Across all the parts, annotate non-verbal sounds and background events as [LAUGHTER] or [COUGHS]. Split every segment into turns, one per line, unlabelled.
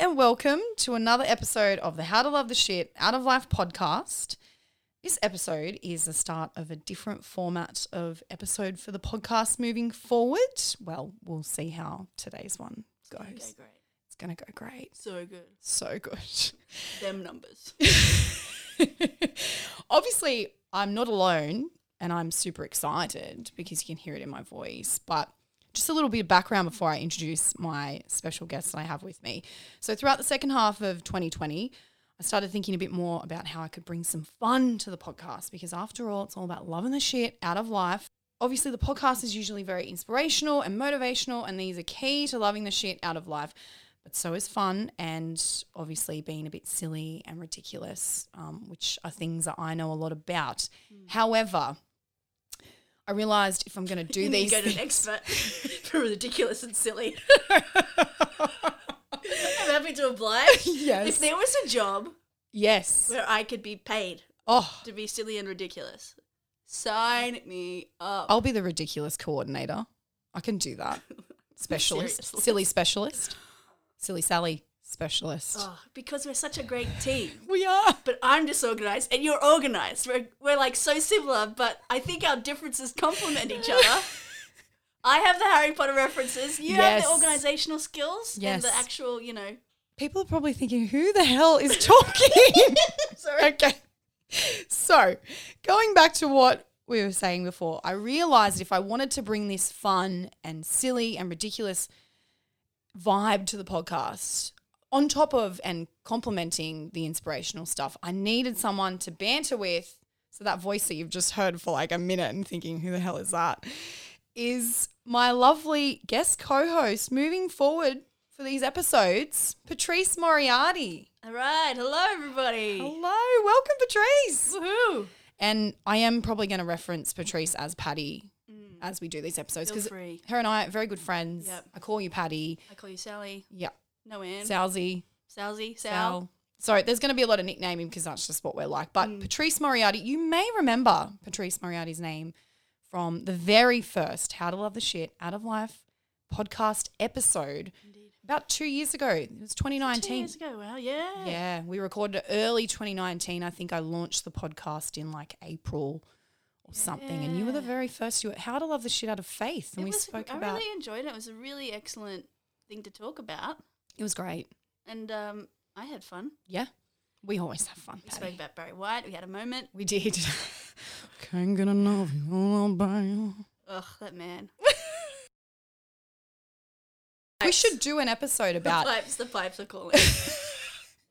and welcome to another episode of the How to Love the Shit Out of Life podcast. This episode is the start of a different format of episode for the podcast moving forward. Well, we'll see how today's one goes.
Okay, great.
It's going to go great.
So good.
So good.
Them
[LAUGHS]
numbers.
Obviously, I'm not alone and I'm super excited because you can hear it in my voice. But just a little bit of background before I introduce my special guest that I have with me. So, throughout the second half of 2020, I started thinking a bit more about how I could bring some fun to the podcast because, after all, it's all about loving the shit out of life. Obviously, the podcast is usually very inspirational and motivational, and these are key to loving the shit out of life. But so is fun, and obviously being a bit silly and ridiculous, um, which are things that I know a lot about.
Hmm.
However, I realized if I'm
[LAUGHS]
going to do
you
these,
need to get
things,
an expert [LAUGHS] for ridiculous and silly.
[LAUGHS]
I'm happy to oblige.
[LAUGHS] Yes.
If there was a job [LAUGHS]
yes.
where I could be paid
Oh,
to be silly and ridiculous, sign me up.
I'll be the ridiculous coordinator. I can do
[LAUGHS]
that. Specialist,
Seriously.
silly specialist, silly Sally specialist.
Oh, because we're such a great team.
We are.
But I'm disorganized and you're organized. We're, we're like so similar, but I think our differences complement each
[LAUGHS]
other. I have the Harry Potter references. You have
Yes.
the organizational skills and
Yes.
the actual, you know,
People are probably thinking, who the hell is talking?
[LAUGHS] Sorry.
[LAUGHS] Okay. So, going back to what we were saying before, I realized if I wanted to bring this fun and silly and ridiculous vibe to the podcast, on top of and complementing the inspirational stuff, I needed someone to banter with. So, that voice that you've just heard for like a minute and thinking, who the hell is that? Is my lovely guest co host moving forward for these episodes, Patrice Moriarty.
All right, hello everybody.
Hello, welcome, Patrice.
Woohoo!
And I am probably going to reference Patrice as Patty as we do these episodes
Mm. Feel
because
free.
her and I are very good friends.
Yep.
I call you Patty.
I call you Sally.
Yeah.
No Anne.
Salzy.
Salzy. Sal. Mm.
Sal. So there's going to be a lot of nicknaming because that's just what we're like. But Patrice Moriarty, you may remember Patrice Moriarty's name from the very first How to Love the Shit Out of Life podcast episode
Indeed.
about two years ago. It was 2019.
Two years ago. Wow. Yeah.
Yeah, we recorded it early 2019. I think I launched the podcast in like April or something. And you were the
Yeah.
very first. You were how to love the shit out of faith, and
It
we
was-
spoke
I
about.
really enjoyed it. It was a really excellent thing to talk about,
it was great.
and um, I had fun.
Yeah, we always have fun.
We
Patty.
spoke about Barry White. We had a moment.
We did. [LAUGHS] Can't get enough. of you oh, all by you.
Ugh,
[LAUGHS]
that man.
We should do an episode about.
The pipes. The pipes are
[LAUGHS]
calling. [LAUGHS]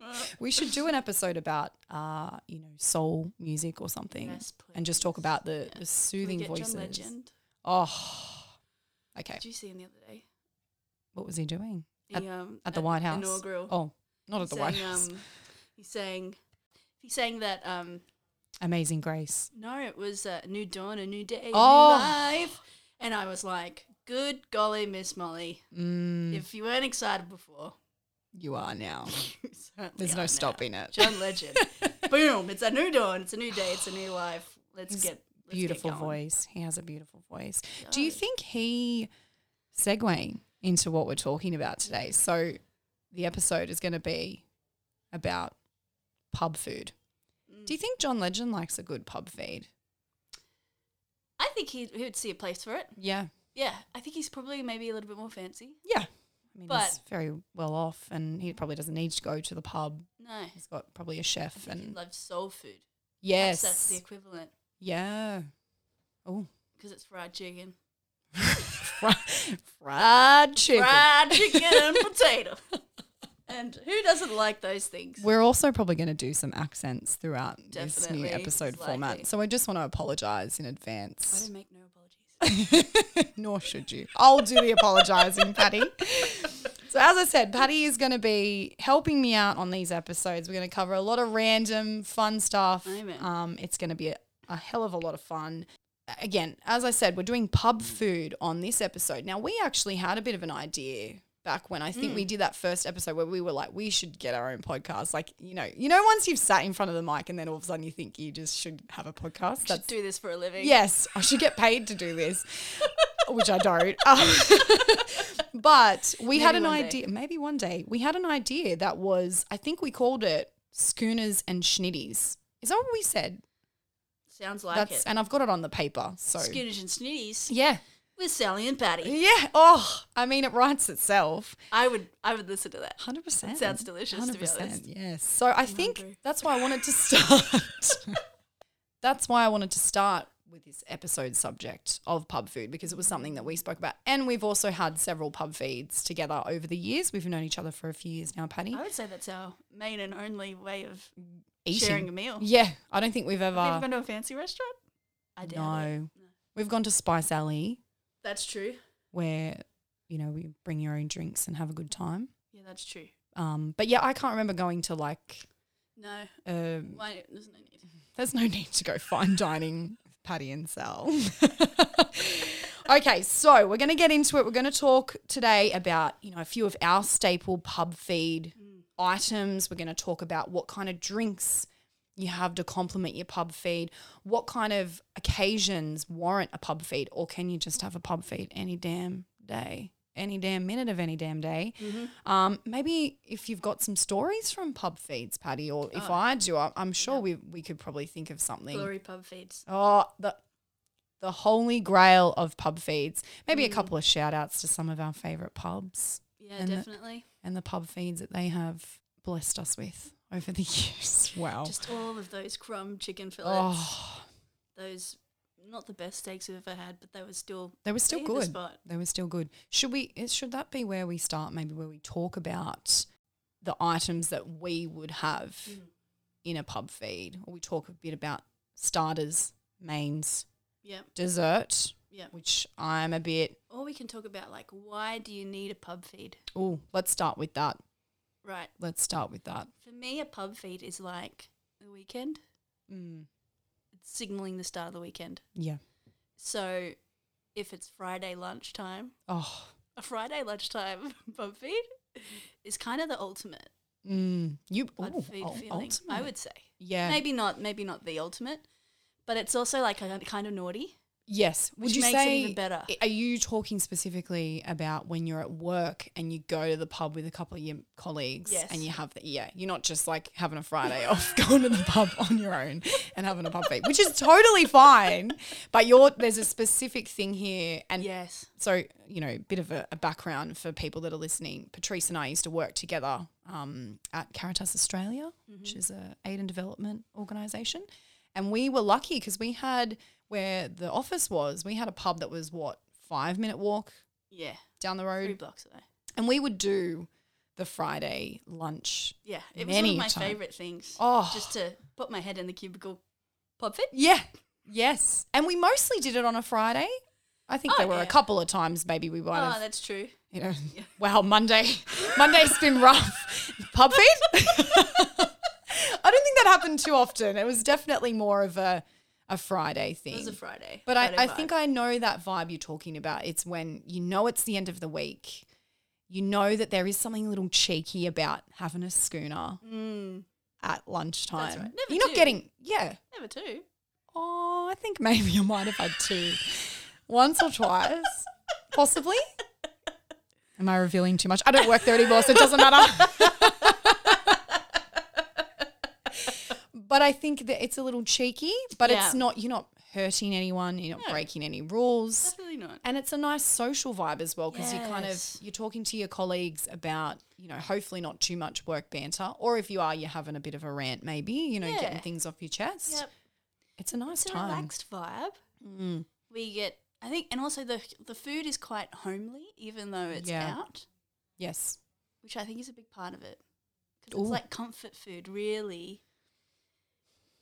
Uh,
We should do an episode about, uh, you know, soul music or something,
Yes, please.
and just talk about the, the
Can we
soothing
get
voices.
John Legend.
Oh, okay.
Did you see him the other day?
What was he doing? At-
He, um,
At the White House.
Inaugural.
Oh, not
He
at the
sang,
White House.
Um, he sang. He sang that. Um,
Amazing Grace.
No, it was a new dawn, a new day, a
Oh.
new life. And I was like, good golly, Miss Molly.
Mm,
If you weren't excited before, [LAUGHS]
you are [SIGHS] now.
you certainly
There's
are now.
no stopping it. [LAUGHS]
John Legend. Boom, it's a new dawn, it's a new day, it's a new life. Let's
His
get let's
Beautiful
get going.
voice. He has a beautiful voice. Do you
does.
think he segueing into what we're talking about today? So the episode is going to be about pub food. Do
Mm.
you think John Legend likes a good pub feed?
I think he, he would see a place for it.
Yeah.
Yeah, I think he's probably maybe a little bit more fancy.
Yeah. I mean,
But-
he's very well off and he probably doesn't need to go to the pub.
No,
He's got probably a chef
he
and
loves soul food.
yes.
Perhaps that's the equivalent
yeah. Oh.
because it's fried chicken.
Fri- [LAUGHS] fried chicken.
Fried chicken
[LAUGHS]
and potato. And who doesn't like those things?
We're also probably going to do some accents throughout this new
Definitely,
episode
it's likely.
format. So I just want to apologize in
I
advance.
don't make no apologies.
[LAUGHS] Nor should you. I'll do the apologizing, Patty. So as I said, Patty is going to be helping me out on these episodes. We're going to cover a lot of random fun stuff.
Amen.
Um, it's going to be a, a hell of a lot of fun. Again, as I said, we're doing pub food on this episode. Now we actually had a bit of an idea back when I think we did that first episode where we were like, we should get our own podcast. Like, you know, you know, once you've sat in front of the mic and then all of a sudden you think you just should have a podcast.
do this for a living.
Yes, I should get paid to do this. which I don't. [LAUGHS] Um, but we had an
one day.
idea, maybe one day, we had an idea that was, I think we called it Schooners and Schnitties. Is that what we said?
Sounds like
That's
it.
and I've got it on the paper. So
Scooters and Snitties
yeah,
with Sally and Patty.
yeah. Oh, I mean, it writes itself.
I would I would listen to that.
Hundred percent.
sounds delicious, to be honest.
Yes. So I think
hungry.
that's why I wanted to start. [LAUGHS] that's why I wanted to start with this episode subject of pub food because it was something that we spoke about, and we've also had several pub feeds together over the years. We've known each other for a few years now, Patty.
I would say that's our main and only way of
Eating.
sharing a meal.
Yeah, I don't think we've ever.
Have you ever been to a fancy restaurant? I doubt it.
no, we've gone to Spice Alley
That's true.
where you know we bring your own drinks and have a good time.
Yeah, that's true.
Um, but yeah, I can't remember going to like.
No,
Um,
why, there's no need.
there's no need to go fine dining, with Patty and Sal. okay, so we're going to get into it. We're going to talk today about you know a few of our staple pub feed items. We're going to talk about what kind of drinks you have to complement your pub feed. What kind of occasions warrant a pub feed, or can you just have a pub feed any damn day? Any damn minute of any damn day. Um, maybe if you've got some stories from pub feeds, Patty, or if I do, I- I'm sure we, we could probably think of something.
Glory pub feeds.
Oh, the the holy grail of pub feeds. Maybe a couple of shout outs to some of our favorite pubs
Yeah,
And the-
definitely.
and the pub feeds that they have blessed us with over the [LAUGHS] years. Wow.
Just all of those crumb chicken fillets.
Oh,
Those, not the best steaks I've ever had, but they were still
they were still
hit the
good.
spot.
They were still good. Should we is- should that be where we start maybe where we talk about the items that we would have in a pub feed or we talk a bit about starters, mains,
Yeah,
dessert,
yeah.
which I'm a bit
Or we can talk about like why do you need a pub feed?
oh, let's start with that.
Right.
Let's start with that.
For me, a pub feed is like the weekend.
Mm.
It's signaling the start of the weekend.
Yeah.
So, if it's Friday lunchtime,
Oh.
a Friday lunchtime [LAUGHS] pub feed is kind of the ultimate
Mm. You.
pub
ooh,
feed
ul-
feeling.
ultimate.
I would say
Yeah.
maybe not, maybe not the ultimate, but it's also like a, kind of naughty.
Yes. Would
Which
you
makes it
say
even better.
i- Are you talking specifically about when you're at work and you go to the pub with a couple of your colleagues
Yes.
and you have the yeah, you're not just like having a Friday off, [LAUGHS] going to the pub on your own and having a pub feed, which is totally fine. But you're there's a specific thing here and
Yes.
so you know bit of a, a background for people that are listening patrice and i used to work together um, at caritas australia
Mm-hmm.
which is a aid and development organisation and we were lucky because we had where the office was we had a pub that was what five minute walk
Yeah.
down the
Three
road
blocks away.
and we would do the friday lunch
Yeah. It was one
Many
of my
a time.
favorite things.
oh
Just to put my head in the cubicle pub feed.
yeah yes and we mostly did it on a friday i think
Oh,
there were a
yeah.
couple of times maybe we might
Oh,
have
that's true.
you know, wow, Monday, Monday's been rough. Pub feed? I don't think that happened too often. It was definitely more of a, a Friday thing.
It was a Friday.
but I,
Friday
I
vibe.
think I know that vibe you're talking about. It's when you know it's the end of the week. You know that there is something a little cheeky about having a schooner
Mm,
at lunchtime.
right. Never
You're not
do.
getting, yeah.
never too.
Oh, I think maybe I might have had two. Once or twice, possibly. Am I revealing too much? I don't work there anymore, so it doesn't matter. but I think that it's a little cheeky, but
Yeah.
it's not, you're not hurting anyone, you're not
No.
breaking any rules.
Definitely not.
And it's a nice social vibe as well because you kind of
Yes.
you're talking to your colleagues about you know hopefully not too much work banter or if you are you're having a bit of a rant maybe you know getting
Yeah.
things off your chest.
Yep.
It's a nice
It's a
time.
relaxed vibe.
Mm.
We get, I think, and also the the food is quite homely, even though it's
Yeah.
out,
Yes.
which I think is a big part of it. 'Cause it's
Ooh.
like comfort food, really.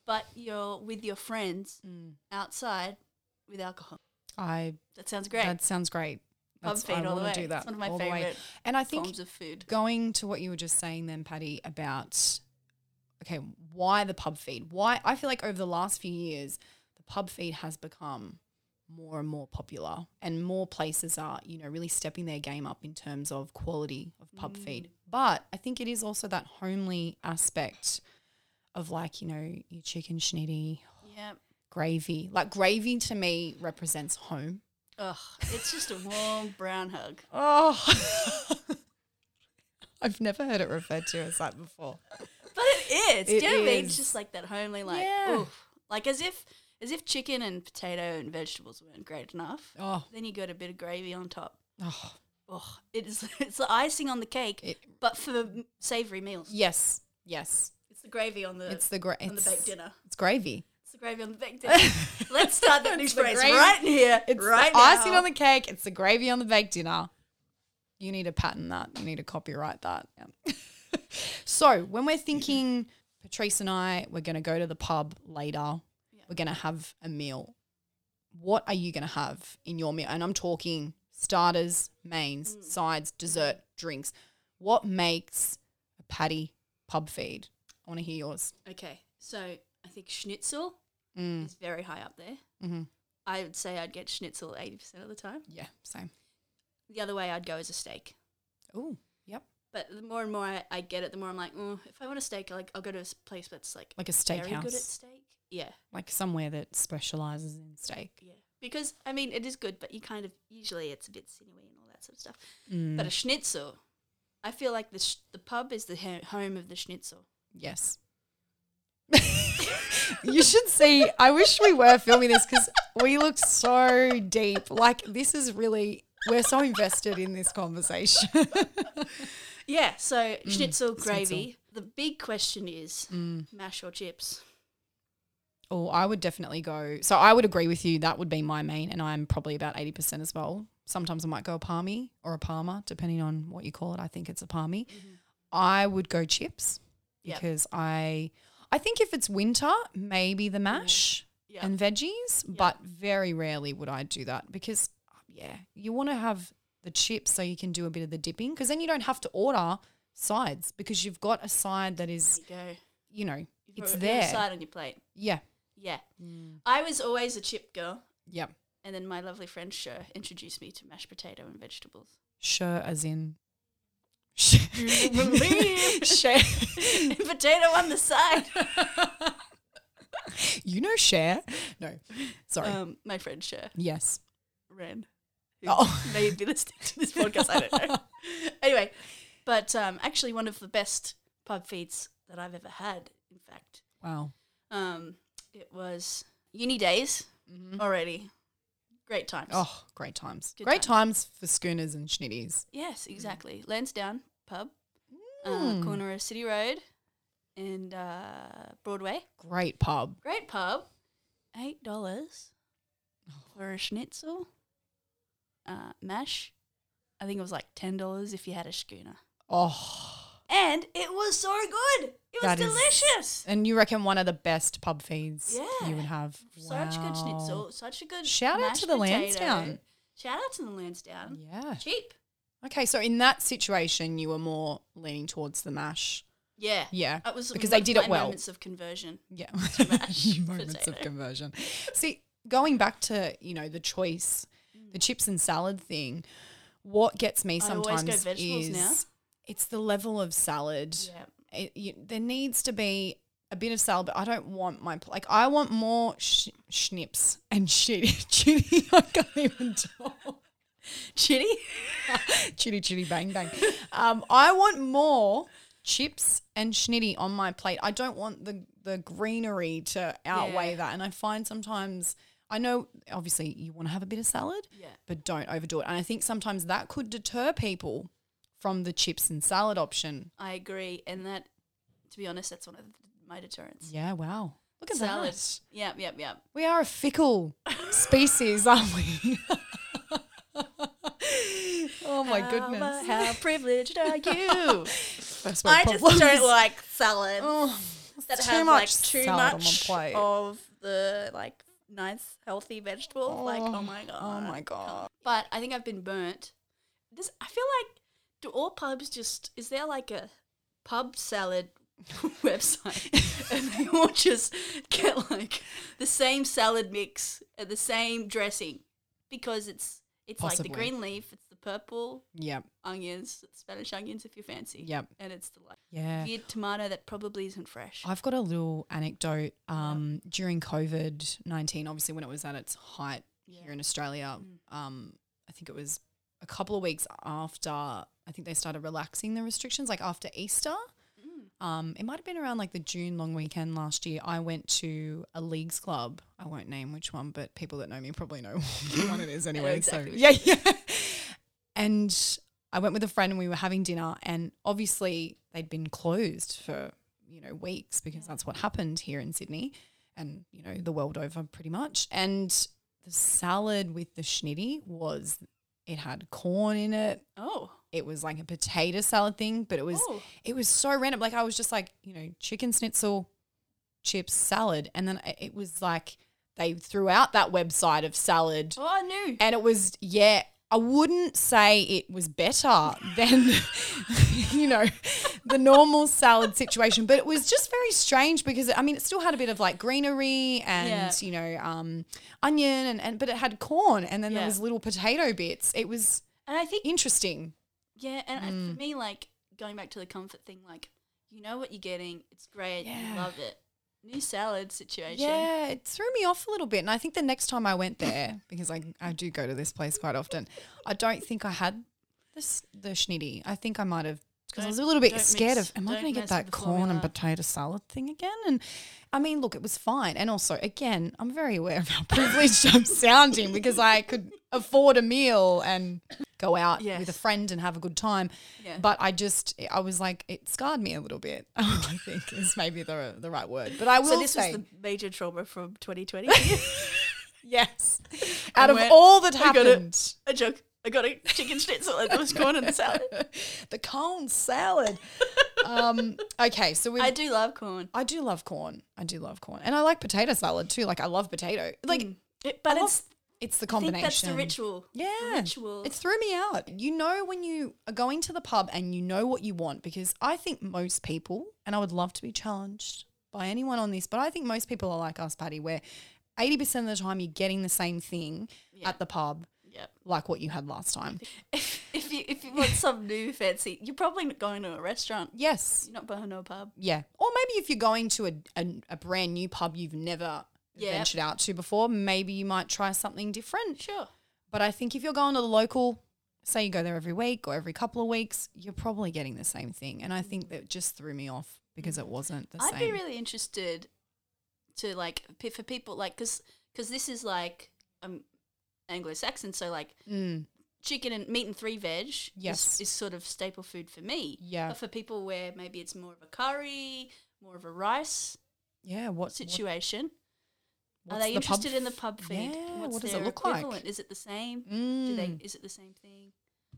But you're with your friends
Mm.
outside with alcohol.
I
That sounds great.
that sounds great.
Pub
That's,
feed
I
all the
want to
way.
do that.
It's one of my
all the way.
favourite
And I think
Forms of food.
going to what you were just saying then, Patty, about okay, why the pub feed? Why I feel like over the last few years, the pub feed has become more and more popular and more places are, you know, really stepping their game up in terms of quality of pub feed. But I think it is also that homely aspect of like, you know, your chicken schnitty,
Yeah.
gravy. Like gravy to me represents home.
Ugh, it's just a warm [LAUGHS] brown hug.
Oh. [LAUGHS] I've never heard it referred to as that before.
But it is.
It
do you know what I mean?
is.
It's just like that homely, like,
Yeah.
oof. Like as if as if chicken and potato and vegetables weren't great enough.
Oh,
Then you got a bit of gravy on top.
oh.
Oh, it is. [LAUGHS] It's the icing on the cake,
It-
but for savory meals,
yes, yes.
it's the gravy on the
It's the gra-
Uh, on the
it's,
baked dinner.
It's gravy.
It's the gravy on the
[LAUGHS]
baked dinner. Let's start that new
It's the
phrase
gravy-
right in here,
It's
right
the
now.
icing on the cake. It's the gravy on the baked dinner. You need to patent that. You need to copyright that. Yeah. [LAUGHS] so when we're thinking, Patrice and I, we're going to go to the pub later. We're going to have a meal. What are you going to have in your meal? And I'm talking starters, mains,
Mm.
sides, dessert, drinks. What makes a patty pub feed? I want to hear yours.
Okay, so I think schnitzel
Mm,
is very high up there.
mhm.
I would say I'd get schnitzel eighty percent of the time.
Yeah, same.
The other way I'd go is a steak.
Oh, yep.
But the more and more I, I get it, the more I'm like, mm, if I want a steak, like I'll go to a s- place that's like
Like a
very good at
steakhouse,
steak. Yeah,
like somewhere that specializes in steak.
yeah. Because I mean, it is good, but you kind of usually it's a bit sinewy and all that sort of stuff.
Mm,
But a schnitzel, I feel like the sh- the pub is the he- home of the schnitzel.
yes. [LAUGHS] you should see. I wish we were filming this because we look so deep. Like this is really we're so invested in this conversation. [LAUGHS]
Yeah. So schnitzel gravy.
Mm, schnitzel. Mm.
The big question is mash or chips.
oh, I would definitely go. So I would agree with you. That would be my main, and I'm probably about eighty percent as well. Sometimes I might go a palmy or a palmer, depending on what you call it. I think it's a palmy. I would go chips
Yep.
because I I think if it's winter, maybe the mash.
Yeah.
and veggies, but very rarely would I do that because, yeah, you want to have the chips so you can do a bit of the dipping because then you don't have to order sides because you've got a side that is,
you go.
you know, it's
Put it on the
there. Mm.
Side on your plate.
Yeah.
Yeah. I was always a chip girl,
Yep.
and then my lovely friend Sher introduced me to mashed potato and vegetables.
Sure, as in. Sure.
[LAUGHS] believe. And potato on the [LAUGHS] side.
[LAUGHS] You know, share. No, sorry.
Um, my friend Sher
yes.
Ren.
Oh.
May be listening to this podcast. I don't [LAUGHS] know. anyway, but um, actually, one of the best pub feeds that I've ever had. In fact,
[LAUGHS] Wow.
um, it was uni days already. Great times.
Oh, great times.
Good
great times. for schooners and schnitties.
Yes, exactly. Lansdowne Pub, uh, corner of City Road and uh, Broadway.
Great pub.
Great pub. Eight dollars for a schnitzel, uh, mash. I think it was like ten dollars if you had a schooner,
Oh.
and it was so good. It was
That is-
delicious.
And you reckon one of the best pub feeds
Yeah.
you would have?
Such good
Wow.
schnitzel. Such a good
Shout out
mashed
to the
potato.
Lansdowne.
Shout out to the Lansdowne.
Yeah.
Cheap.
Okay, so in that situation, you were more leaning towards the mash.
Yeah.
Yeah,
That was
because
one
they
of
did
my
it well.
Moments of conversion. [LAUGHS]
Yeah.
mash
[LAUGHS] Moments of
potato.
conversion. See, going back to, you know, the choice, the chips and salad thing, what gets me
Mm. I always
sometimes
go vegetables
is
now.
it's the level of salad.
Yeah.
it, you, there needs to be a bit of salad, but I don't want my pl- like I want more sh- schnips and shitty [LAUGHS] chitty. I can't even talk.
Chitty.
[LAUGHS] chitty chitty bang bang. Um, I want more chips and schnitty on my plate. I don't want the the greenery to outweigh
Yeah.
that. And I find sometimes I know obviously you want to have a bit of salad,
Yeah.
but don't overdo it. And I think sometimes that could deter people from the chips and salad option.
I agree, and that, to be honest, that's one of my deterrents.
Yeah, wow. Look at
Salad.
that.
Yep, yep, yep.
We are a
[LAUGHS]
fickle species, aren't we? oh my goodness.
How Um,
[LAUGHS]
privileged are you?
First world
I just
problems.
don't like salad
[LAUGHS] Oh,
that
too
have like
much
too
salad on my
much
plate.
of the like nice healthy vegetables. like,
Oh,
oh my god.
oh my god.
But I think I've been burnt. Does I feel like do all pubs just is there like a pub salad [LAUGHS] website
[LAUGHS]
and they all just get like the same salad mix and the same dressing because it's it's like
Possibly.
the green leaf, it's the purple
Yep.
onions, it's Spanish onions if you fancy.
Yep.
And it's the like
Yeah.
weird tomato that probably isn't fresh.
I've got a little anecdote. Um, During COVID 19, obviously, when it was at its height,
Yeah. Mm.
here in Australia. Um, I think it was a couple of weeks after I think they started relaxing the restrictions, like after Easter. Um, it might have been around like the June long weekend last year. I went to a leagues club. I won't name which one, but people that know me probably know [LAUGHS] what one it is anyway.
exactly
so yeah, yeah. And I went with a friend and we were having dinner, and obviously they'd been closed for you know weeks because that's what happened here in Sydney, and you know the world over pretty much. And the salad with the schnitty was it had corn in it.
Oh.
It was like a potato salad thing, but it was
Oh.
it was so random. Like I was just like, you know, chicken schnitzel, chips, salad, and then I- it was like they threw out that website of salad,
Oh, I knew.
and it was yeah. I wouldn't say it was better than, [LAUGHS] you know, the normal salad situation, but it was just very strange because I mean, it still had a bit of like greenery and
Yeah.
you know, um, onion and, and but it had corn and then
Yeah.
there was little potato bits. It Mm. was
And I think,
interesting.
yeah, and I for me, like, going back to the comfort thing, like, you know what you're getting. It's great. You
Yeah.
love it. New salad situation.
Yeah, it threw me off a little bit. And I think the next time I went there, [COUGHS] because I, I do go to this place quite often, I don't think I had this, the schnitty. I think I might have, because I was a
Don't-
little bit
don't
scared
mix-
of, am I
don't
going to get
mess with
that
the
corn and
formula.
potato salad thing again? And I mean, look, it was fine. And also, again, I'm very aware of how [LAUGHS] privileged I'm sounding because I could afford a meal and go out with a
Yes.
friend and have a good time.
Yeah.
But I just, I was like, it scarred me a little bit, [LAUGHS] I think is maybe the, the right word. But I will
So this
say,
was the major trauma from
[LAUGHS]
2020. [LAUGHS]
Yes. Out of
went,
all that
"I got it."
happened,
[LAUGHS] a joke. I got a chicken schnitzel and there was corn in the salad.
[LAUGHS] the corn salad. um, okay, so we.
I
I,
do love corn.
do love corn. I do love corn, and I like potato salad too. Like I love potato. Like
Mm. It- but
I love
it's
it's the
I think
combination.
that's the ritual.
Yeah,
The ritual.
it threw me out. You know when you are going to the pub and you know what you want because I think most people, and I would love to be challenged by anyone on this, but I think most people are like us, Patty, where eighty percent of the time you're getting the same thing
Yeah.
at the pub,
Yep.
like what you had last time.
If, if you if you want some new fancy, you're probably not going to a restaurant.
Yes.
You're not going to a pub.
Yeah. Or maybe if you're going to a, a, a brand new pub you've never
Yeah.
ventured out to before, maybe you might try something different.
Sure.
But I think if you're going to the local, say you go there every week or every couple of weeks, you're probably getting the same thing. And I think that just threw me off because it wasn't the
I'd
same.
be really interested to like p- for people like because because this is like um Anglo-Saxon, so like
Mm.
chicken and meat and three veg is-
Yes.
is, sort of staple food for me.
Yeah.
But for people where maybe it's more of a curry, more of a rice
Yeah. What, what-
situation, are
what's
they
the pub
interested in the pub feed?
Yeah,
What's
what does it
their
look like?
equivalent? Is it the same? Do they?
Mm.
Is it the same thing?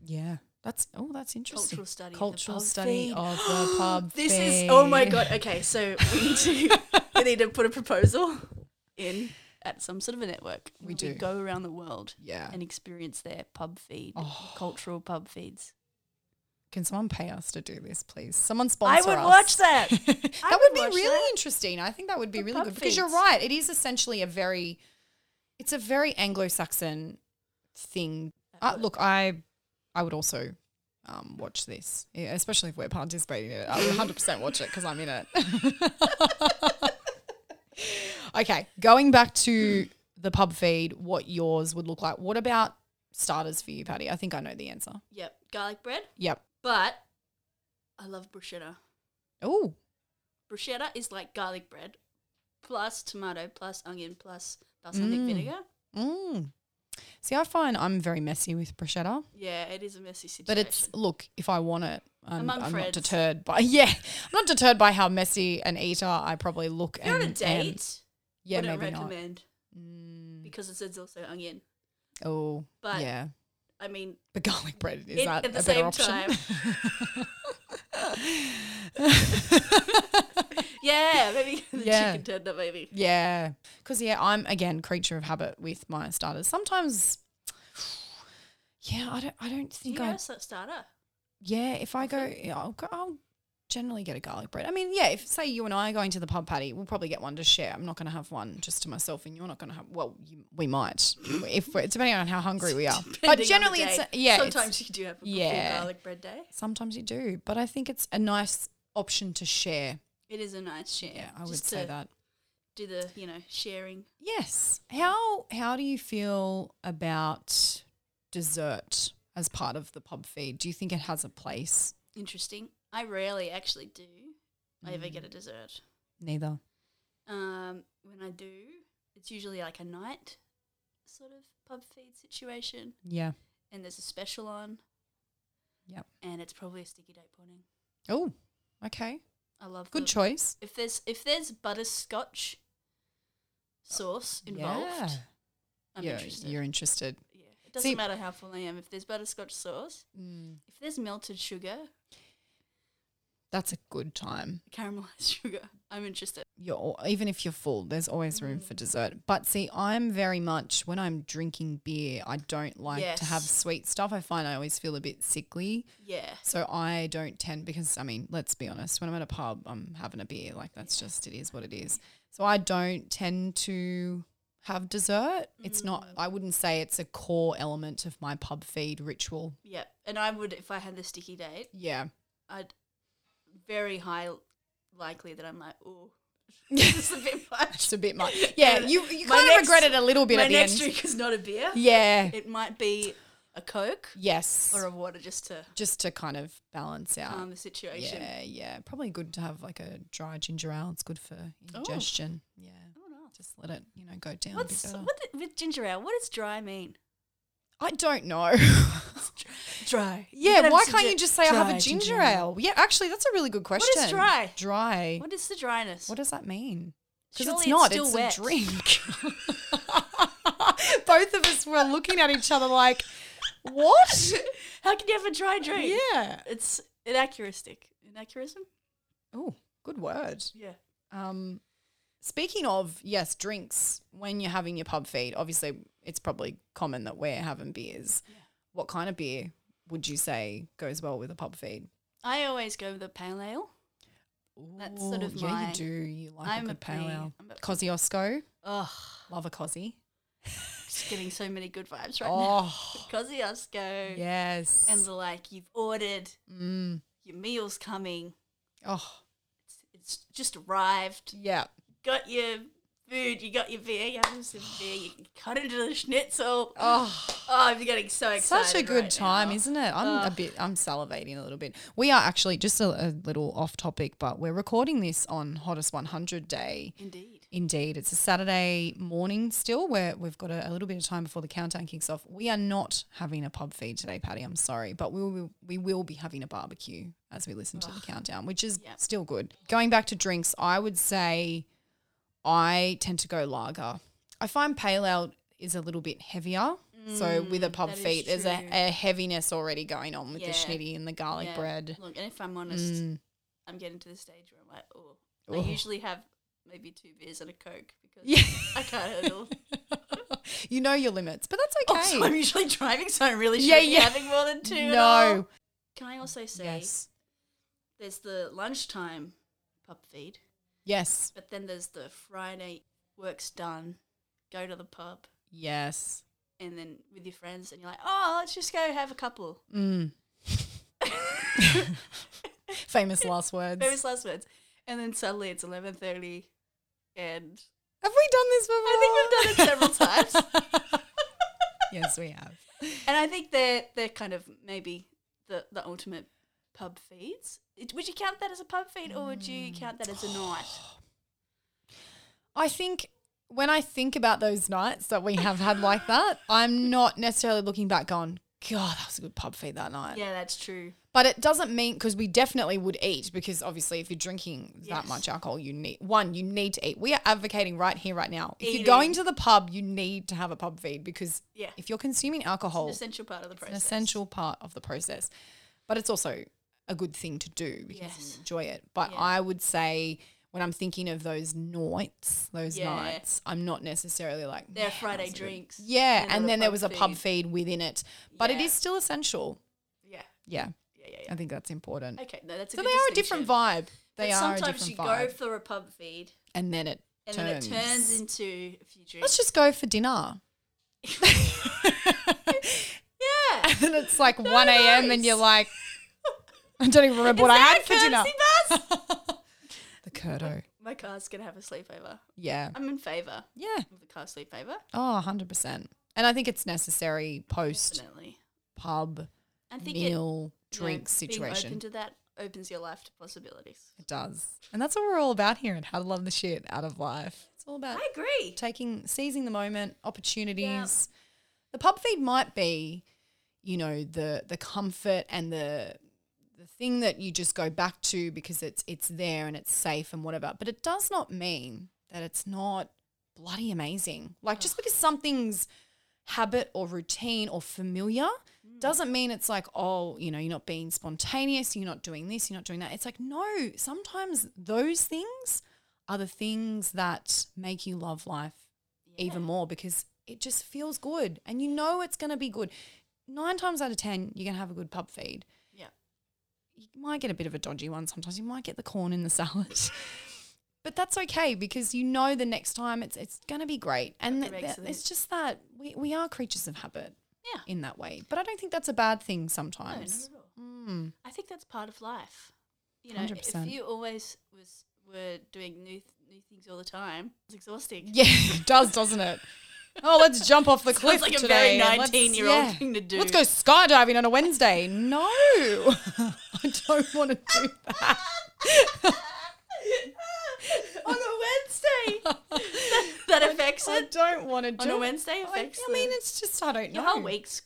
Yeah. That's, oh, that's interesting.
Cultural study. of the
Cultural
pub
study
feed.
of
[GASPS]
the pub.
This is oh my
feed.
god. Okay, so we need
[LAUGHS]
to we need to put a proposal in at some sort of a network.
We
where
do.
go around the world
[LAUGHS] Yeah.
and experience their pub feed,
Oh.
cultural pub feeds.
Can someone pay us to do this, please? Someone sponsor us.
would watch that. I
[LAUGHS] that
would
would be
watch
really
that.
interesting. I think that would be
For
really
pub
good because you're
feeds.
right. It is essentially a very, it's a very Anglo-Saxon thing.
I
Uh,
would.
look, I, I would also um, watch this, yeah, especially if we're participating in it. I would 100% watch it because I'm in it. [LAUGHS] okay, going back to the pub feed, what yours would look like. What about starters for you, Patty? I think I know the answer.
Yep, garlic bread.
Yep.
But I love bruschetta.
Oh,
Bruschetta is like garlic bread, plus tomato, plus onion, plus balsamic
Mm.
vinegar.
Mm. See, I find I'm very messy with bruschetta,
Yeah, it is a messy situation.
but it's look. If I want it, I'm,
Among
I'm not
friends.
deterred by. [LAUGHS] Yeah, I'm not deterred by how messy an eater I probably look.
If you're on a
and
date,
am. yeah,
I don't
maybe not.
recommend
Mm.
because it says also onion.
Oh,
But
yeah.
I mean,
But garlic bread is
It-
that
at the
a
same
better option?
yeah, [LAUGHS] maybe the
Yeah.
chicken tender, maybe.
[LAUGHS] Yeah. Because, yeah, I'm, again, creature of habit with my starters. Sometimes, [SIGHS] yeah, I don't, I don't
Do you
think I
know a sa- starter?
Yeah, if I go, yeah, I'll, go, I'll generally get a garlic bread. I mean, yeah, if say you and I are going to the pub party, we'll probably get one to share. I'm not going to have one just to myself, and you're not going to have. Well, you, we might if we're, depending on how hungry we
[LAUGHS]
are. but
Depending on
generally,
the
it's a,
day.
yeah. it's-
Sometimes you do have a full
yeah.
garlic bread day.
sometimes you do, but I think it's a nice option to share.
It is a nice share.
Yeah, I
just
would say
to
that.
do the you know sharing.
Yes. How how do you feel about dessert as part of the pub feed? Do you think it has a place?
Interesting. I rarely actually do. I ever
Mm.
get a dessert.
Neither.
Um, when I do, it's usually like a night sort of pub feed situation,
Yeah.
and there's a special on.
Yep.
And it's probably a sticky date pudding.
Oh, okay.
I love
Good
the-
choice.
If there's if there's butterscotch sauce involved,
Yeah.
I'm
you're,
interested.
you're interested.
yeah. It doesn't
See-
matter how full I am. If there's butterscotch sauce,
Mm,
if there's melted sugar, [LAUGHS]
that's a good time.
caramelized sugar, I'm interested.
You're al- even if you're full, there's always
Mm.
room for dessert. But see, I'm very much when I'm drinking beer, I don't like to have
Yes.
sweet stuff. I find I always feel a bit sickly.
Yeah.
So I don't tend because I mean, let's be honest, when I'm at a pub, I'm having a beer. Like that's just it is what it is. So I don't tend to have dessert. It's
Mm.
not I wouldn't say it's a core element of my pub feed ritual.
Yeah. And I would, if I had the sticky date, [LAUGHS]
Yeah.
I'd very high likely that I'm like, oh, [LAUGHS] this is a bit much.
It's a bit
[LAUGHS]
much. Yeah,
And
you you
my
kind of
next-
regret it a little bit
My
at the
next
end.
drink is not a beer. [LAUGHS]
Yeah.
It might be a Coke
Yes.
or a water just to
just to kind of balance out.
calm the situation.
yeah, yeah. Probably good to have like a dry ginger ale. It's good for
Oh.
ingestion. Yeah.
Oh, no.
Just let it, you know, go down. a bit
What's
better.
what the, with ginger ale? What does dry mean?
I don't
[LAUGHS]
know.
Dry. You
Yeah,
don't
why
have to
can't
do-
you just say I have a
dry
ginger, ale? Yeah, actually, that's a really good
is
question.
dry?
Dry.
What is the dryness?
What does that mean? Because
Surely
it's not.
still
It's,
wet.
a
[LAUGHS]
drink. [LAUGHS] Both of us were looking at each other like, "What?
How can you have a dry drink?
yeah.
It's inaccuristic. Inaccurism?
Oh, good word."
Yeah.
Um, speaking of yes, drinks when you're having your pub feed. Obviously, it's probably common that we're having beers. What kind of beer would you say goes well with a pub feed?
I always go with a pale ale. That's sort
Ooh,
of
yeah.
my-
you do. You like
I'm
a
a
good pale
pretty-
ale.
I'm a-
Kosciuszko,
Ugh,
love a cosy.
[LAUGHS] just getting so many good vibes right now.
Oh,
Kosciuszko
yes.
and the like. You've ordered
mm.
your meals coming.
Oh,
It's, it's just arrived.
yeah.
[SIGHS] Got your food. You got your beer. You have some beer. You can cut into the schnitzel. Oh,
Oh,
I'm getting so excited.
such a good
right
time,
now.
isn't it? I'm a bit. I'm salivating a little bit. We are actually just a, a little off topic, but we're recording this on Hottest 100 Day.
Indeed.
Indeed, it's a Saturday morning still where we've got a, a little bit of time before the countdown kicks off. We are not having a pub feed today, Patty. I'm sorry, but we will we will be having a barbecue as we listen to the countdown, which is
Yep.
still good. Going back to drinks, I would say I tend to go lager. I find pale ale is a little bit heavier. so with a pub
Mm, that is
feed, there's a,
true.
a heaviness already going on with
Yeah.
the schnitty and the garlic
Yeah.
bread.
Look, and if I'm honest, [LAUGHS]
Mm,
I'm getting to the stage where I'm like, oh,
Oh.
I usually have maybe two beers and a Coke because
Yeah. [LAUGHS]
I can't handle.
you know your limits, but
[LAUGHS]
that's
Also,
okay.
I'm usually driving, so I really
Yeah,
shouldn't
yeah.
be having more than two. at all.
no.
Can I also say
Yes.
there's the lunchtime pub feed,
Yes.
but then there's the Friday work's done, go to the pub,
Yes.
and then with your friends, and you're like, oh, let's just go have a couple.
Mm. [LAUGHS] Famous last words.
Famous last words. And then suddenly it's 11:30,
[LAUGHS]
and
Have we done this before?
I think we've done it
[LAUGHS]
several times.
yes, we have.
And I think they're they're kind of maybe the the ultimate pub feeds. It- Would you count that as a pub feed, or would you
Mm.
count that as a night?
I think when I think about those nights that we have had like that, I'm not necessarily looking back on, God, that was a good pub feed that night.
Yeah, that's true.
But it doesn't mean because we definitely would eat because obviously if you're drinking that
Yes.
much alcohol, you need one, you need to eat. We are advocating right here, right now. If
Eating.
you're going to the pub, you need to have a pub feed because
Yeah.
if you're consuming alcohol,
An essential part of the
an
process.
essential part of the process. But it's also a good thing to do because
Yes.
you enjoy it. But
Yeah.
I would say when I'm thinking of those nights, those
Yeah.
nights, I'm not necessarily like
They're
"Man, that
Friday
was a good-"
drinks.
Yeah,
They're not
and
a
then there
pub
was a pub
feed.
feed within it, but it
Yeah.
is still essential.
Yeah,
Yeah,
yeah, yeah.
I think that's important.
yeah. Okay, no, that's a
So
good
they are a different
distinction.
vibe. They
But
are a
sometimes
different
you
vibe,
go for a pub feed,
and then it
and
turns.
then it turns into a few drinks.
Let's just go for
[LAUGHS]
dinner. [LAUGHS]
yeah.
[LAUGHS] and it's like one a.m. and
worries.
you're like, [LAUGHS] I don't even remember what I had for dinner. [LAUGHS]
Is that a courtesy bus?
The curdo.
My car's gonna have a sleepover.
Yeah.
I'm in favor
Yeah.
of the car sleepover.
Oh, 100%. And I think it's necessary post
Definitely.
pub
I think it, you know,
meal drink
Being
situation.
open to that opens your life to possibilities.
It does. And that's what we're all about here and how to love the shit out of life. It's all about
I agree.
taking, seizing the moment, opportunities. The pub feed might be, you know, the the comfort and the the thing that you just go back to because it's it's there and it's safe and whatever. But it does not mean that it's not bloody amazing. Like just because something's habit or routine or familiar doesn't mean it's like, oh, you know, you're not being spontaneous, you're not doing this, you're not doing that. It's like, no, sometimes those things are the things that make you love life even more because it just feels good and you know it's going to be good. Nine times out of 10, you're going to have a good pub feed.
Yeah.
You might get a bit of a dodgy one sometimes. You might get the corn in the
[LAUGHS]
salad. But that's okay because you know the next time it's it's going to be great. And
That'd be
th-
excellent.
it's just that we, we are creatures of habit
Yeah.
in that way. But I don't think that's a bad thing
No, not
sometimes.
at all.
Mm.
I think that's part of life. You know,
100%.
if you always was were doing new th- new things all the time, it's exhausting.
Yeah, [LAUGHS] it does, doesn't it? Oh, let's jump off the cliff
[LAUGHS] Sounds like a
today
very
and let's-
19 year old
yeah.
thing to do.
Let's go skydiving on a Wednesday. No, [LAUGHS] I don't want to do that.
[LAUGHS] on a Wednesday. [LAUGHS] that affects
I
it.
don't want to do
On a
it.
Wednesday
I,
affects
I mean,
the-
it's just I don't
your
know.
whole week's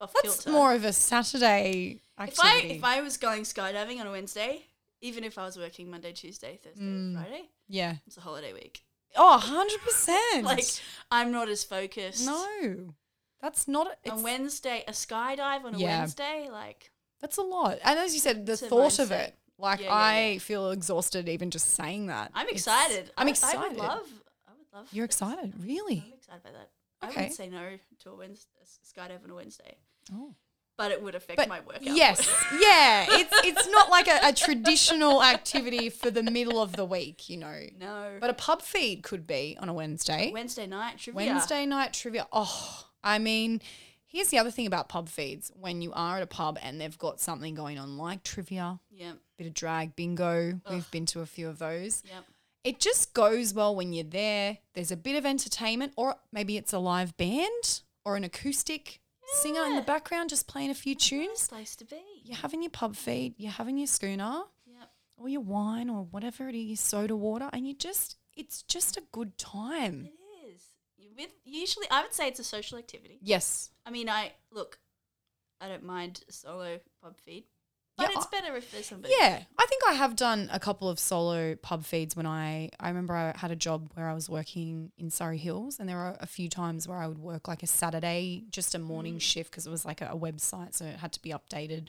off
That's
kilter.
more of a Saturday
if I
activity.
if I was going skydiving on a Wednesday, even if I was working Monday, Tuesday, Thursday, Friday,
yeah.
it's a holiday week.
Oh, 100 percent.
Like I'm not as focused.
no, that's not. It's,
A Wednesday, a skydive on a
Yeah.
Wednesday, like
that's a lot. And as you said, the
It's a
thought of
mindset.
it. Like
Yeah, yeah,
I feel exhausted even just saying that.
I'm
It's-
excited.
I'm
I-
excited.
I would love. I would love.
You're
this.
excited,
I'm
really?
excited by that. I
Okay.
wouldn't say no to a Wednesday, skydive on a Wednesday,
Oh.
but it would affect
But
my workout.
yes, yeah,
[LAUGHS]
it's it's not like a, a traditional activity for the middle of the week, you know.
no.
But a pub feed could be on a Wednesday.
Wednesday night trivia.
Wednesday night trivia. Oh, I mean, here's the other thing about pub feeds. When you are at a pub and they've got something going on like trivia,
Yep.
bit of drag bingo, we've been to a few of those.
Yep.
It just goes well when you're there. There's a bit of entertainment, or maybe it's a live band or an acoustic singer in the
Yeah.
background just playing a few tunes.
Nice place to be.
You're having your pub feed, you're having your schooner
Yep.
or your wine or whatever it is, soda water, and you just, it's just a good time.
It is. You With usually, I would say it's a social activity.
Yes.
I mean, I look. I don't mind a solo pub feed, but
Yeah,
it's
I-
better if there's somebody.
Yeah, I think I have done a couple of solo pub feeds when I I remember I had a job where I was working in Surrey Hills, and there were a few times where I would work like a Saturday, just a morning shift because it was like a, a website, so it had to be updated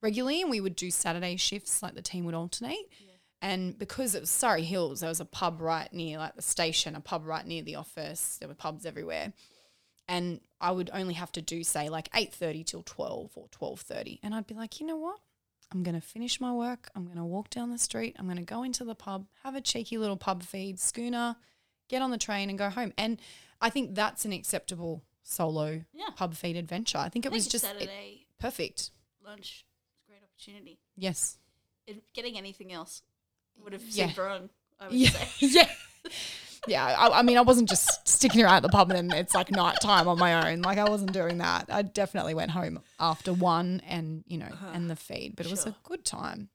regularly, and we would do Saturday shifts, like the team would alternate. And because it was Surrey Hills, there was a pub right near like the station, a pub right near the office. There were pubs everywhere and I would only have to do say like 8:30 till 12 or 12:30 and I'd be like, "You know what? I'm going to finish my work. I'm going to walk down the street. I'm going to go into the pub, have a cheeky little pub feed, schooner, get on the train and go home." And I think that's an acceptable solo
Yeah.
pub feed adventure. I think it
I think
was
a
just it-
Saturday
perfect.
lunch. It's a great opportunity.
Yes.
If getting anything else would have
Yeah.
seemed wrong. I would
Yeah.
say.
[LAUGHS] yeah. Yeah, I, I mean, I wasn't just sticking her out at the pub and then it's like night time on my own. Like I wasn't doing that. I definitely went home after one and you know and the feed, but it was a
Sure.
good time.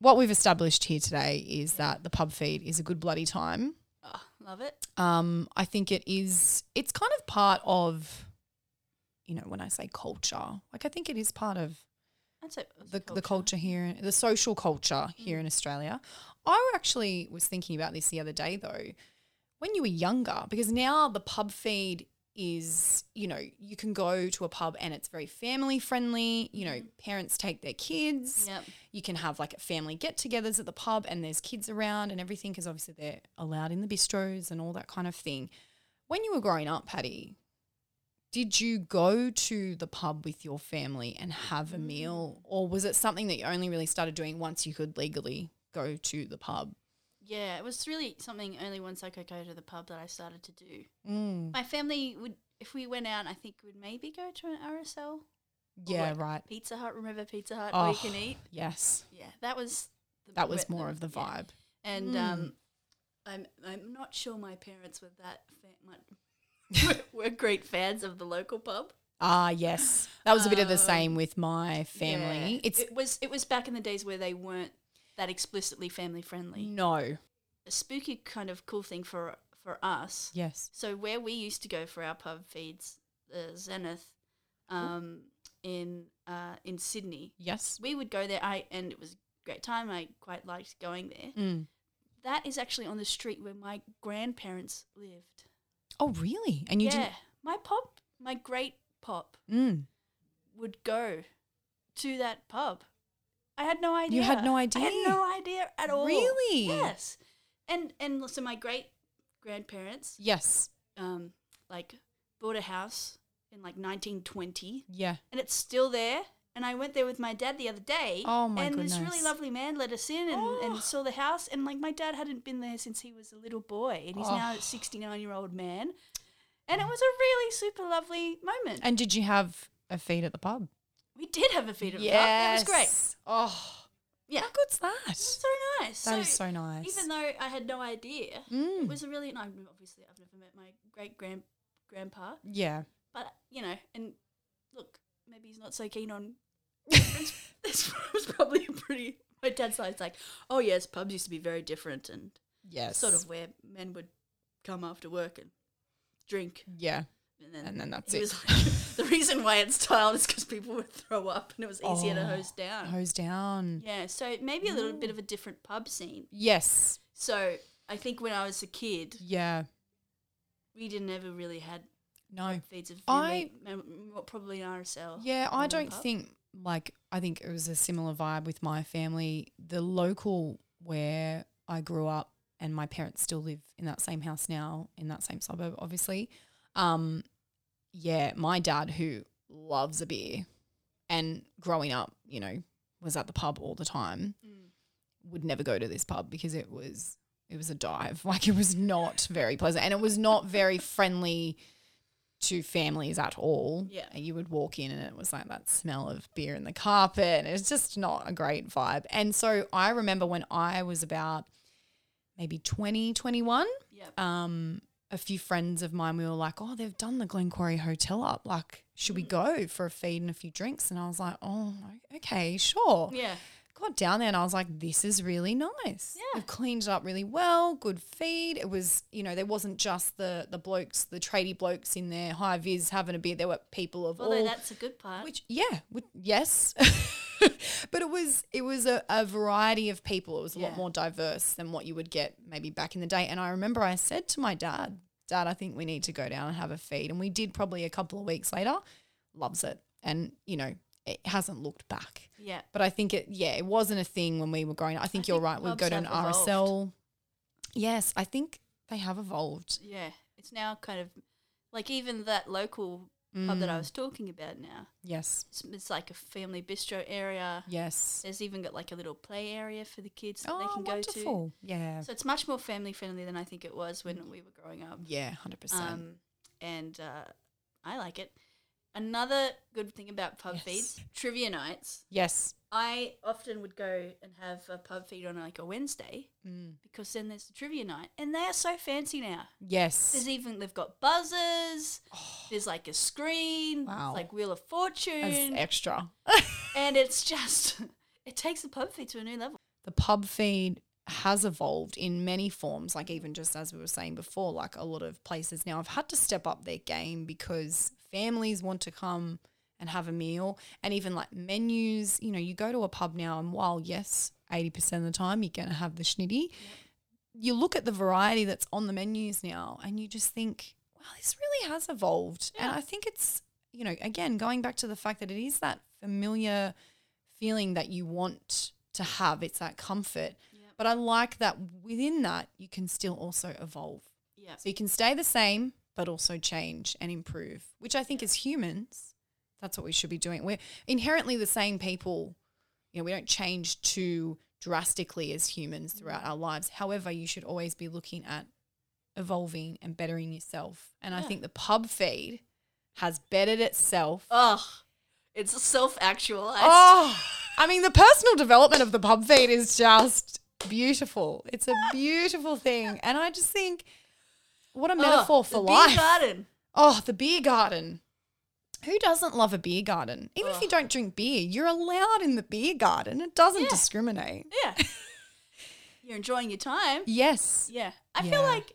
What we've established here today is that the pub feed is a good bloody time.
Oh, love it.
Um, I think it is. It's kind of part of, you know, when I say culture, like I think it is part of
That's it. That's
the, the culture Mm. here, the social culture here in Australia. I actually was thinking about this the other day though, when you were younger, because now the pub feed is, you know, you can go to a pub and it's very family friendly. You know, parents take their kids.
Yep.
You can have like family get togethers at the pub and there's kids around and everything because obviously they're allowed in the bistros and all that kind of thing. When you were growing up, Patty, did you go to the pub with your family and have a meal or was it something that you only really started doing once you could legally go to the pub
Yeah, it was really something only once I could go to the pub that I started to do.
mm.
My family would, if we went out, I think would maybe go to an RSL.
yeah
like
right
Pizza Hut, remember Pizza Hut? All you
Oh,
can eat.
yes
Yeah, that was. The,
that was
where-
more of the
yeah.
vibe
And
Mm.
um, I'm I'm not sure my parents were that fan, my, [LAUGHS] were great fans of the local pub.
Ah, yes. That was a bit of the same with my family.
Yeah.
It's
it was it was back in the days where they weren't that explicitly family friendly.
no.
A spooky kind of cool thing for for us.
Yes.
So where we used to go for our pub feeds, the Zenith, um, in uh, in Sydney,
Yes.
we would go there. I and it was a great time. I quite liked going there.
Mm.
That is actually on the street where my grandparents lived.
Oh, really? And you
yeah, my pop, my great pop,
didn't?
would go to that pub. I had no idea.
had no
I
idea?
had no idea at all.
Really?
Yes. And and so my great grandparents,
Yes.
um, like bought a house in like 1920,
Yeah.
and it's still there. And I went there with my dad the other day.
Oh, my
And this really
goodness.
lovely man let us in and,
Oh.
and saw the house. And like my dad hadn't been there since he was a little boy, and he's now
Oh.
a 69 year old man. And it was a really super lovely moment.
And did you have a feed at the pub?
we did have a feed of
Yes.
It was great.
Oh,
Yeah.
how good's that?
So nice.
That is so nice.
Even though I had no idea,
Mm.
it was a really. No, obviously, I've never met my great grand grandpa,
yeah.
but you know, and look, maybe he's not so keen on.
[LAUGHS]
[LAUGHS] this was probably a pretty. My dad's side's like, oh yes, pubs used to be very different and
Yes.
sort of where men would come after work and drink,
Yeah.
and then
And then that's
he
it.
was like, [LAUGHS] the reason why it's tiled is because people would throw up and it was easier to
Oh,
hose down.
Hose down.
Yeah, so maybe a little bit of a different pub scene.
Yes.
So I think when I was a kid,
Yeah.
we didn't ever really had
No.
feeds of
I-
I mem- mem- probably in RSL.
Yeah, I
Remember
don't
pub?
think like I think it was a similar vibe with my family. The local where I grew up and my parents still live in that same house now in that same suburb obviously. Um yeah, my dad who loves a beer and growing up, you know, was at the pub all the time. Would never go to this pub because it was it was a dive. [LAUGHS] Like it was not very pleasant and it was not very friendly to families at all.
Yeah.
And you would walk in and it was like that smell of beer in the carpet. And it's just not a great vibe. And so I remember when I was about maybe 20, 21,
Yep.
um, a few friends of mine, we were like, oh, they've done the Glencory Hotel up. Like, should we go for a feed and a few drinks? And I was like, oh, okay, sure
yeah.
got down there and I was like, this is really nice.
Yeah.
They've cleaned it up really well, good feed. It was, you know, there wasn't just the the blokes, the tradie blokes in there, high vis having a beer. There were people of
Although
all
that's a good part.
[LAUGHS] which yeah, would, yes. [LAUGHS] but it was it was a, a variety of people. It was a lot
Yeah.
more diverse than what you would get maybe back in the day. And I remember I said to my dad, Dad, I think we need to go down and have a feed. And we did probably a couple of weeks later. Loves it. And, you know, it hasn't looked back.
yeah.
But I think it, yeah, it wasn't a thing when we were growing up. I think you're
think
right. We'd
pubs
go to an
have evolved.
RSL. Yes, I think they have evolved.
Yeah. It's now kind of like even that local pub
Mm.
that I was talking about now.
Yes,
It's, it's like a family bistro area.
yes. Oh,
There's even got like a little play area for the kids that they can go
wonderful. Yeah,
to. So it's much more family friendly than I think it was when we were growing up.
yeah, hundred percent.
Um, and uh, I like it. Another good thing about pub
Yes.
feeds, trivia nights.
Yes,
I often would go and have a pub feed on like a Wednesday
Mm.
because then there's the trivia night, and they are so fancy now.
yes.
There's even they've got buzzers. There's like a screen, it's
Oh. Wow. e-
like Wheel of
As
Fortune,
extra,
and it's just [LAUGHS] it takes the pub feed to a new level.
the pub feed has evolved in many forms. Like even just as we were saying before, like a lot of places now have had to step up their game because families want to come and have a meal, and even like menus. You know, you go to a pub now, and while yes, eighty percent of the time you're going to have the schnitty, you look at the variety that's on the menus now, and you just think, wow, this really has evolved. And I think it's you know again going back to the fact that it is that familiar feeling that you want to have. It's that comfort.
Yep.
But I like that within that, you can still also evolve.
Yeah,
So you can stay the same, but also change and improve, which I think as humans, that's what we should be doing. We're inherently the same people. You know, we don't change too drastically as humans throughout our lives. However, you should always be looking at evolving and bettering yourself. And I
Yeah.
think the pub feed has bettered itself
ugh, it's self actualized.
Oh, I mean, the personal development of the pub feed is just beautiful. It's a beautiful thing. And I just think, what a
Oh,
metaphor for
the beer
life.
garden.
Oh, the beer garden. Who doesn't love a beer garden? Even if you
Ugh.
don't drink beer, you're allowed in the beer garden. It doesn't
Yeah.
discriminate. [LAUGHS]
Yeah. You're enjoying your time.
Yes.
Yeah. I
Yeah.
feel like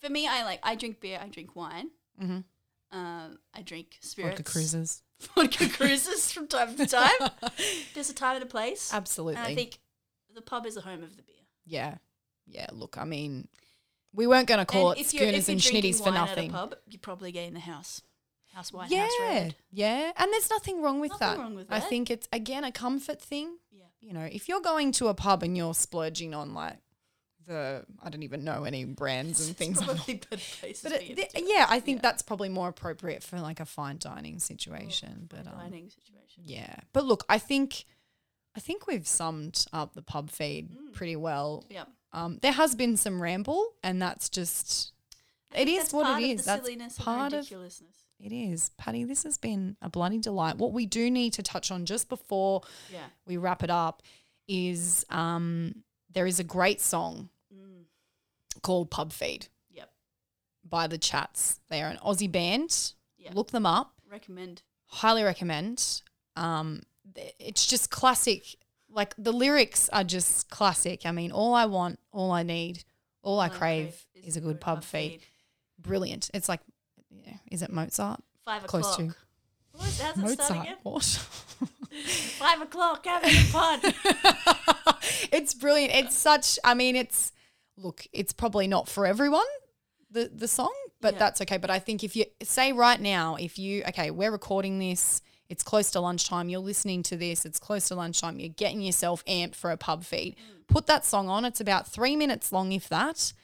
for me, I like I drink beer, I drink wine,
Mm-hmm.
um, I drink spirits,
Vodka cruises.
[LAUGHS] vodka cruises from time
[LAUGHS]
to time. There's a time and a place,
Absolutely.
and I think the pub is the home of the beer.
yeah. Yeah. Look, I mean, we weren't going to call
and
it
if you're- if
schooners
you're
and
drinking
schnitties for
wine
nothing.
At a pub, you're probably getting the house, house wine,
yeah.
house red.
Yeah. And there's nothing wrong with
Nothing
that.
wrong with
I
that.
think it's, again, a comfort thing.
Yeah.
you know, if you're going to a pub and you're splurging on like the I don't even know any brands and
[LAUGHS]
things,
It's
like that.
probably better places.
but
for
it-
you
the-
to do
yeah, I think
Yeah.
that's probably more appropriate for like a fine dining situation.
it.
But um,
dining situation.
yeah, but look, I think I think we've summed up the pub feed
Mm.
pretty well.
Yeah.
Um, there has been some ramble, and that's just
I think
it is
that's
what
part
it
of
is.
The
That's
silliness
part
and the
of
ridiculousness.
it is, Patty. This has been a bloody delight. What we do need to touch on just before
Yeah.
we wrap it up is um, there is a great song
Mm.
called Pub Feed
Yep.
by the Chats. They are an Aussie band.
Yeah.
Look them up.
Recommend.
Highly recommend. Um, th- it's just classic. Like the lyrics are just classic. I mean, all I want, all I need, all I
All I
crave is a good pub feed. Brilliant. It's like, yeah, is it Mozart?
Five
Close
o'clock.
to.
What was, how's it start
Mozart.
again?
What? [LAUGHS]
Five o'clock. Having a pod.
it's brilliant. It's such. I mean, it's look. It's probably not for everyone the the song, but
Yeah.
that's okay. But I think if you say right now, if you okay, we're recording this. It's close to lunchtime. You're listening to this. It's close to lunchtime. You're getting yourself amped for a pub feed.
Mm.
Put that song on. It's about three minutes long, if that.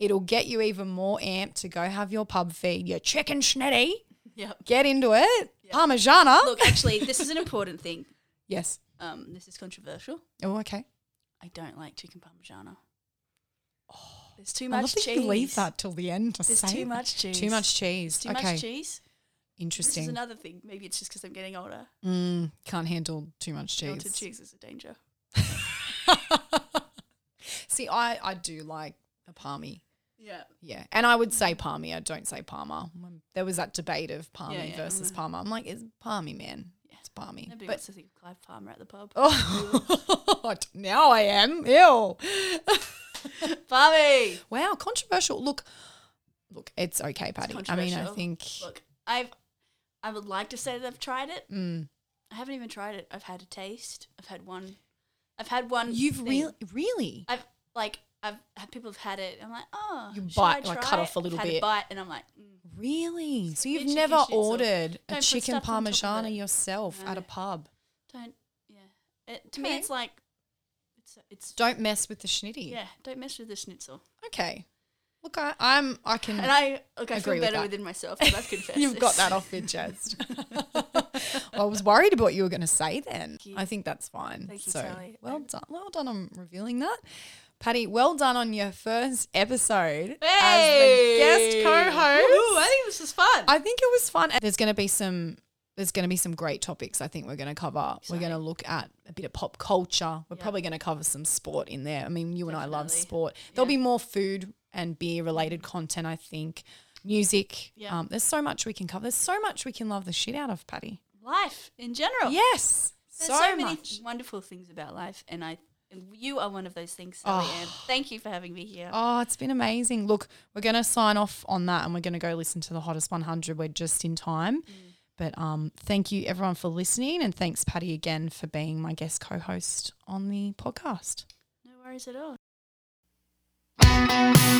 It'll get you even more amped to go have your pub feed. Your chicken schnitty.
yep.
Get into it. Parmigiana.
Look, actually, this is an important thing.
Yes.
Um, this is controversial.
Oh, okay.
I don't like chicken parmigiana. Oh, there's too
I
much
love that
cheese.
you leave that till the end. To
There's
say
too
that.
much cheese.
Too much cheese.
Too
okay.
much cheese. This is
Interesting.
another thing. Maybe it's just because I'm getting older.
Mm, can't handle too much
Melted
cheese.
cheese is a danger.
[LAUGHS] See, I, I do like a palmy.
Yeah.
Yeah. And I would say palmy. I don't say palmer. When There was that debate of palmy
Yeah, yeah.
versus palmer. I'm like, it's palmy, man. It's palmy.
Nobody
But
wants to think of Clive Palmer at the pub.
oh, now [LAUGHS] I am. Ew.
Palmy!
Wow, controversial. Look, look, it's okay, Patty. I mean, I
controversial.
think.
Look, I've, I would like to say that I've tried it.
Mm.
I haven't even tried it. I've had a taste. I've had one. I've had one.
You've
thing.
really, really.
I've like I've had people have had it. I'm like, oh,
You
should
bite,
I
like,
try
cut
it?
off a little
I've had
bit.
A bite, and I'm like, mm,
Really? So
Maybe
you've
chicken
never
schnitzel.
ordered
No,
a
put
chicken
stuff on top of
parmigiana
it.
yourself at a
No.
pub.
don't. Yeah. It, to me,
Okay.
it's like, it's it's
Don't mess with the schnitty.
yeah. Don't mess with the schnitzel.
Okay. Look, I, I'm. I can.
And I look, I
Mm. Agree
feel
with
better
that.
within
[LAUGHS]
myself. that I've confessed.
You've got
this.
that off your
[LAUGHS]
chest. [LAUGHS] I was worried about what you were going to say then.
you.
I think that's fine.
Thank you,
so,
Sally.
well done. Well done on revealing that. Patty, well done on your first episode as the guest
Hey!
co-host.
Woohoo, I think this is fun.
I think it was fun. There's going to be some. There's going to be some great topics. I think we're going to cover. We're going to look at a bit of pop culture. We're
Yeah.
probably going to cover some sport in there. I mean, you and I love
Definitely.
sport. There'll
Yeah.
be more food and beer related content. I think music.
Yeah.
Um, there's so much we can cover. There's so much we can love the shit out of, Patty.
life in general.
Yes.
There's
So,
so, many
much.
wonderful things about life, and I, and you are one of those things, Sally
Oh.
Ann. Thank you for having me here.
Oh, it's been amazing. Look, we're going to sign off on that and we're going to go listen to the hottest 100. We're just in time. But um, thank you everyone for listening. And thanks, Patty, again for being my guest co host on the podcast.
No worries at all.